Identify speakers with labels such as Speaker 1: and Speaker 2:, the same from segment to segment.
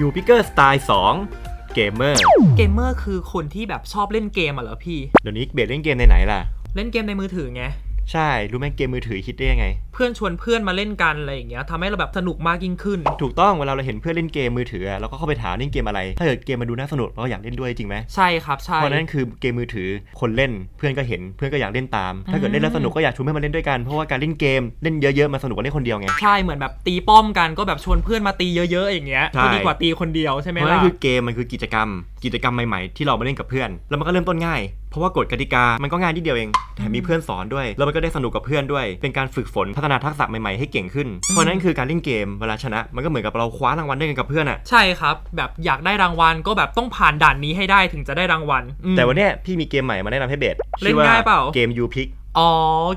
Speaker 1: ยูพิเกอร์สไตล์2เกมเมอร์
Speaker 2: เกมเมอร์คือคนที่แบบชอบเล่นเกมอ่ะเหรอพี่
Speaker 1: เดี๋ยวนี้เบสเล่นเกมไหนๆล่ะ
Speaker 2: เล่นเกมในมือถือไง
Speaker 1: ใช่ รู้ไหมเกมมือถือคิดได้ยังไง
Speaker 2: เพื่อนชวนเพื่อนมาเล่นกันอะไรอย่างเงี้ยทำให้เราแบบสนุกมากยิ่งขึ้น
Speaker 1: ถูกต้องเวลาเราเห็นเพื่อนเล่นเกมมือถืออะเราก็เข้าไปถามเล่นเกมอะไร ถ้าเกิดเกมมันดูน่าสนุกเราก็อยากเล่นด้วยจริงไหม
Speaker 2: ใช่ครับใช่
Speaker 1: เพราะนั้นคือเกมมือถือคนเล่นเพื่อนก็เห็นเพื่อนก็อยากเล่นตาม ถ้าเกิดเล่นแล้วสนุกก็อยากชวนเพื่อนมาเล่นด้วยกันเพราะว่าการเล่นเกมเล่นเยอะๆมาสนุกกว่าเล่นคนเดียวไง
Speaker 2: ใช่เหมือนแบบตีป้อมกันก็แบบชวนเพื่อนมาตีเยอะๆอย่างเงี้ย
Speaker 1: ใช่
Speaker 2: ก็ดีกว่าตีคนเดียวใช่ไหม
Speaker 1: เพราะ
Speaker 2: ล่ะ
Speaker 1: นั่นคือเกมมันคือกิจกรรม กิจกรรมใหม่ๆ ที่เรามาเล่นกับเพื่อน แล้วมันก็เริ่มต้นง่าย เพราะว่ากฎกติกามันก็ง่ายนิดเดียวเองแถมมีเพื่อนสอนด้วย แล้วมันก็ได้สนุกกับเพื่อนด้วย เป็นการฝึกฝนพัฒนาทักษะใหม่ๆให้เก่งขึ้น เพราะนั่นคือการเล่นเกมเวลาชนะ มันก็เหมือนกับเราคว้ารางวัลได้กันกับเพื่อนอะ
Speaker 2: ใช่ครับ แบบอยากได้รางวัลก็แบบต้องผ่านด่านนี้ให้ได้ถึงจะได้รางวัลอืม
Speaker 1: แต่วันเนี้ยพี่มีเกมใหม่มาแนะนำให้เบส
Speaker 2: เล่นง่ายเปล่า
Speaker 1: ชื่อว่เกม U Pick
Speaker 2: อ๋อ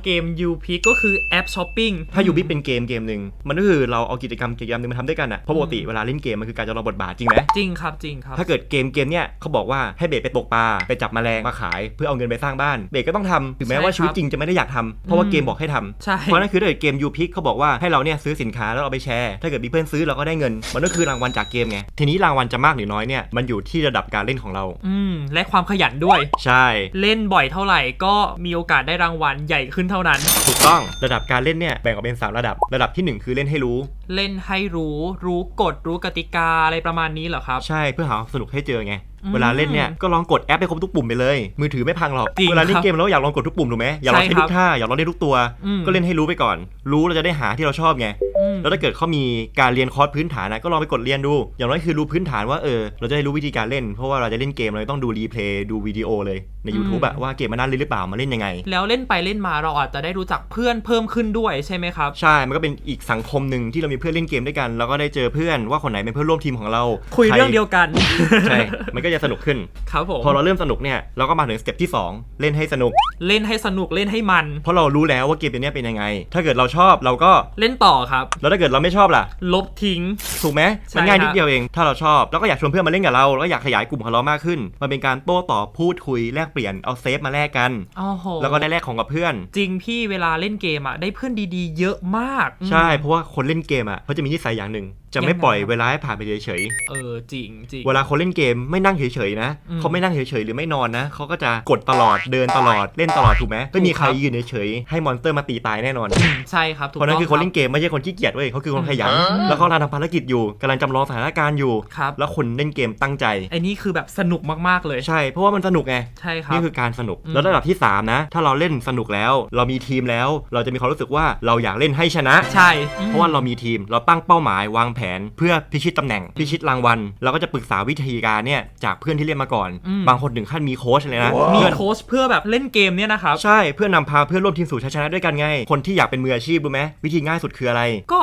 Speaker 2: เกม u p i c ก็คือแอปช้อปปิ้ง
Speaker 1: ถ้า U Pick เป็นเกมเกมหนึ่งมันก็คือเราเอากิจกรรมกิจกรรมหนึงมาทำด้วยกันอะเพราะปกติเวลาเล่นเกมมันคือการจะลองบทบาทจริงไหม
Speaker 2: จริงครับจริงครับ
Speaker 1: ถ้าเกิดเกมเกมเนี่ยเขาบอกว่าให้เบสไปตกปลาไปจับแมลงมาขายเพื่อเอาเงินไปสร้างบ้าน เบสก็ต้องทำถึงแม้ว่า
Speaker 2: ใช่ครับ
Speaker 1: ชีวิตจริงจะไม่ได้อยากทำเพราะว่าเกมบอกให้ทำ
Speaker 2: ใช่
Speaker 1: เพราะนั่นคือถ้าเกิดเกมยูพิกเขาบอกว่าให้เราเนี่ยซื้อสินค้าแล้วเอาไปแชร์ ถ้าเกิดมีเพื่อนซื้อเราก็ได้เงิน มันก็คือรางวัลจากเกมไงทีนี้รางวัลจะมากหรือน้อยเนี่ยมันอยู่ที่ระดับการเล่นของเรา
Speaker 2: อืมและความขยันด้วย
Speaker 1: ใช่
Speaker 2: เล่นบ่อยเท่าไหร่ก็มีโอกาสได้รางวัลใหญ่ขึ้นเท่านั้น
Speaker 1: ถูกต้องระดับการเล่นเนี่ยแบ่งออกเป็นสามระดับ ระดับทีหนึ่งคือเล่นให้รู้
Speaker 2: เล่นให้รู้ รู้กฎรู้กติกาอะไรประมาณนี้เหรอครับ
Speaker 1: ใช่เพื่อหาความสนุกให้เจอไง
Speaker 2: อืม
Speaker 1: เวลาเล่นเนี่ยก็ลองกดแอปให้ครบทุกปุ่มไปเลย มือถือไม่พังหรอก
Speaker 2: จริง
Speaker 1: เวลาเล่
Speaker 2: ครั
Speaker 1: น
Speaker 2: บ
Speaker 1: เกมแล้วอยากลองกดทุกปุ่มถูกไหมอยากลอง
Speaker 2: ใช่
Speaker 1: เล่น
Speaker 2: ครั
Speaker 1: ทุ
Speaker 2: บ
Speaker 1: กท่าอยากลองเล่นทุกตัว
Speaker 2: อืม
Speaker 1: ก็เล่นให้รู้ไปก่อน รู้เราจะได้หาที่เราชอบไง
Speaker 2: อืม
Speaker 1: แล้วถ้าเกิดเขามีการเรียนคอร์สพื้นฐานนะก็ลองไปกดเรียนดู อย่างน้อยคือรู้พื้นฐานว่าเออเราจะได้รู้วิธีการเล่น เพราะว่าเราจะเล่นเกมเราต้องดูรีเพลย์ดูวิดีโอเลยใน YouTube อะว่าเกมมันน่าเล่นหรือเปล่ามาเล่นยังไง
Speaker 2: แล้วเล่นไปเล่นมาเราอาจจะได้รู้จักเพื่อนเพิ่มขึ้นด้วยใช่ไหมครับ
Speaker 1: ใช่ มันก็เป็นอีกสังคมหนึ่งที่เรามีเพื่อนเล่นเกมด้วยกัน แล้วก็ได้เจอเพื่อนว่าคนไหนเป็นเพื่อนร่วมทีมของเรา
Speaker 2: คุยเรื่องเดียวกัน
Speaker 1: ใช่ มันก็จะสนุกขึ้น
Speaker 2: ครับผม
Speaker 1: พอเราเริ่มสนุกเนี่ยเราก็มาถึงสเต็ปที่ 2 เล่นให้สนุก
Speaker 2: เล่นให้สนุกเล่นให้มัน
Speaker 1: เพราะเรารู้แล้วว่าเกมตัวเนี้ยเป็นยังไง ถ้าเกิดเราชอบเราก็
Speaker 2: เล่นต่อครับ
Speaker 1: แล้วถ้าเกิดเราไม่ชอบล่ะ
Speaker 2: ลบทิ้ง
Speaker 1: ถูกไหม
Speaker 2: ใช่
Speaker 1: มันง่ายนิด
Speaker 2: ฮะ
Speaker 1: เดียวเอง ถ้าเราชอบเราก็อยากชวนเพื่อนมาเล่นกับเราแล้วก็อยากขยายกลุ่มของเรามากขึ้น มันเป็นการโต้ตอบพูดคุยแลกเปลี่ยนเอาเซฟมาแลกกัน
Speaker 2: โอ้โห
Speaker 1: แล้วก็ได้แลกของกับเพื่อน
Speaker 2: จริงพี่เวลาเล่นเกมอ่ะได้เพื่อนดีๆ เยอะมาก
Speaker 1: ใช่เพราะว่าคนเล่นเกมอ่ะเขาจะมีนิสัยอย่างหนึ่งจะไม่ปล่อยเวลาให้ผ่านไปเฉย
Speaker 2: เออจริงจริง
Speaker 1: ๆเวลาคนเล่นเกมไม่นั่งเฉยๆนะ
Speaker 2: อืม
Speaker 1: เขาไม่นั่งเฉยๆหรือไม่นอนนะเขาก็จะกดตลอดเดินตลอดเล่นตลอดถูกไหมไม่มี
Speaker 2: ถูกค
Speaker 1: ใค
Speaker 2: รั
Speaker 1: ร
Speaker 2: บ
Speaker 1: ยืนเฉยๆให้มอนสเตอร์มาตีตายแน่นอน
Speaker 2: ใช่ครับถูก
Speaker 1: เพราะ
Speaker 2: ต้
Speaker 1: นั่
Speaker 2: อนง
Speaker 1: คือคน
Speaker 2: รับ
Speaker 1: เล่นเกมไม่ใช่คนขี้เกียจเว้ยเขาคือคนขยัน
Speaker 2: อืม
Speaker 1: แล้วเขากำลังทำภารกิจอยู่กำลังจำลองสถานการณ์อยู่
Speaker 2: ครับ
Speaker 1: แล้วคนเล่นเกมตั้งใจ
Speaker 2: ไอ้นี่คือแบบสนุกมากๆเลย
Speaker 1: ใช่ เพราะว่ามันสนุกไง
Speaker 2: ใช่ครับ
Speaker 1: นี่คือการสนุก
Speaker 2: อืม
Speaker 1: แล้วระดับที่ 3 นะ ถ้าเราเล่นสนุกแล้ว เรามีทีมแล้ว เราจะมีความรู้สึกว่าเราอยากเล่นให้ชนะ
Speaker 2: ใช่
Speaker 1: เพราะว่าเรามีทีม เราตั้งเป้าหมายวางแผน เพื่อพิชิตตำแหน่ง พิชิตรางวัล เราก็จะปรึกษาวิธีการเนี่ยจากเพื่อนที่เล่นมาก่อน บางคนถึงขั้นมีโค้ชเลยนะ
Speaker 2: มี
Speaker 1: เพื่อน
Speaker 2: โค้ชเพื่อแบบเล่นเกมเนี่ยนะครับ
Speaker 1: ใช่ เพื่อนนำพาเพื่อนร่วมทีมสู่ชัยชนะด้วยกันไง คนที่อยากเป็นมืออาชีพรู้ไหมวิธีง่ายสุดคืออะไร
Speaker 2: ก็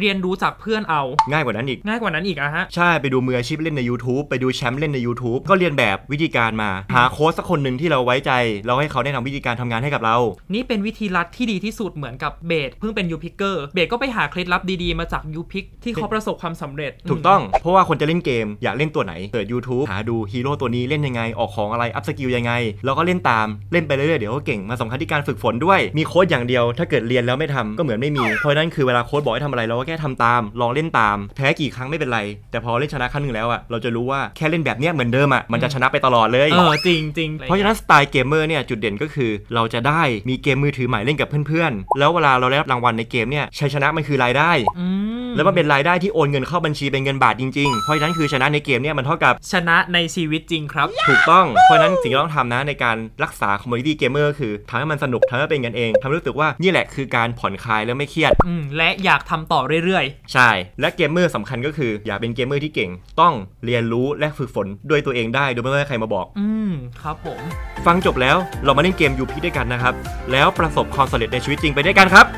Speaker 2: เรียนรู้จากเพื่อนเอา
Speaker 1: ง่ายกว่านั้นอีก
Speaker 2: ง่ายกว่านั้นอีกอะฮะ
Speaker 1: ใช่ ไปดูมืออาชีพเล่นใน YouTube ไปดูแชมป์เล่นใน YouTube ก็เรียนแบบวิธีการมา หาโค้ชสักคนหนึ่งที่เราไว้ใจ แล้วให้เขาแนะนำวิธีการทำงานให้กับเรา
Speaker 2: นี่เป็นวิธีลัดที่ดีที่สุดเหมือนกับเบสเพิ่งเป็นยูพิกเกอร์เบสก็ไปหาเคล็ดลับดีๆ มาจากยูพิกที่เขาประสบความสำเร็จ
Speaker 1: ถูกต้องเพราะว่าคนจะเล่นเกมอยากเล่นตัวไหนเปิด YouTube หาดูฮีโร่ตัวนี้เล่นยังไงออกของอะไรอัพสกิลยังไง แล้วก็เล่นตามเล่นไปเรื่อยๆเดี๋ยวก็เก่งมาสำคัญที่การฝึกฝนด้วยมีโค้ดอย่างเดียว ถ้าเกิดเรียนแล้วไม่ทำก็เหมือนไม่มีเพราะฉะนั้นคือเวลาโค้ดบอกให้ทำอะไรเราก็แค่ทำตาม ลองเล่นตามแพ้กี่ครั้งไม่เป็นไร แต่พอเล่นชนะครั้งหนึ่งแล้วอะเราจะรู้ว่าแค่เล่นแบบเนี้ยเหมือนเดิมอะมันจะชนะไปตลอดเลย
Speaker 2: เออจริงจริง
Speaker 1: เพราะฉะนั้นสไตล์เกมเมอร์เนี่ยจุดเด่นก็คือเราจะได้มีเกมมือถือใหม่เล่นกับเพื่อนๆ แล้วเวลาเราได้รับรางวัลในเกมเนี่ยชัยชนะมันคือรายได้
Speaker 2: อืม
Speaker 1: แล้วมันเป็นรายได้ที่โอนเงินเข้าบัญชีเป็นเงินบาทจริงๆ เพราะฉะนั้นคือชนะในเกมเนี่ยมันเท่ากับ
Speaker 2: ชนะในชีวิตจริงครับ
Speaker 1: ถูกต้อง เพราะฉะนั้นสิ่งที่ต้องทำนะในการรักษาคอมมูนิตี้เกมเมอร์คือทำให้มันสนุกทำให้เป็นกันเองทำให้รู้สึกว่านี่แหละคือการผ่อนคลายและไม่เครียด
Speaker 2: อืมและอยากทำต่อเรื่อย
Speaker 1: ใช่ และเกมเมอร์สำคัญก็คือ อย่าเป็นเกมเมอร์ที่เก่ง ต้องเรียนรู้และฝึกฝนด้วยตัวเองได้โดยไม่ต้องให้ใครมาบอก
Speaker 2: ๆ อืมครับผม
Speaker 1: ฟังจบแล้วเรามาเล่นเกมยูพีด้วยกันนะครับ แล้วประสบความสำเร็จในชีวิตจริงไปด้วยกันครับ